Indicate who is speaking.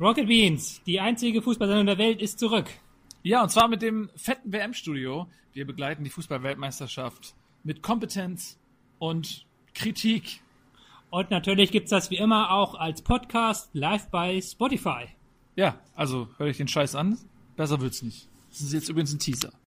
Speaker 1: Rocket Beans, die einzige Fußballsendung der Welt, ist zurück.
Speaker 2: Ja, und zwar mit dem fetten WM-Studio. Wir begleiten die Fußball-Weltmeisterschaft mit Kompetenz und Kritik.
Speaker 1: Und natürlich gibt's das wie immer auch als Podcast live bei Spotify.
Speaker 2: Ja, also hör euch den Scheiß an. Besser wird's nicht. Das ist jetzt übrigens ein Teaser.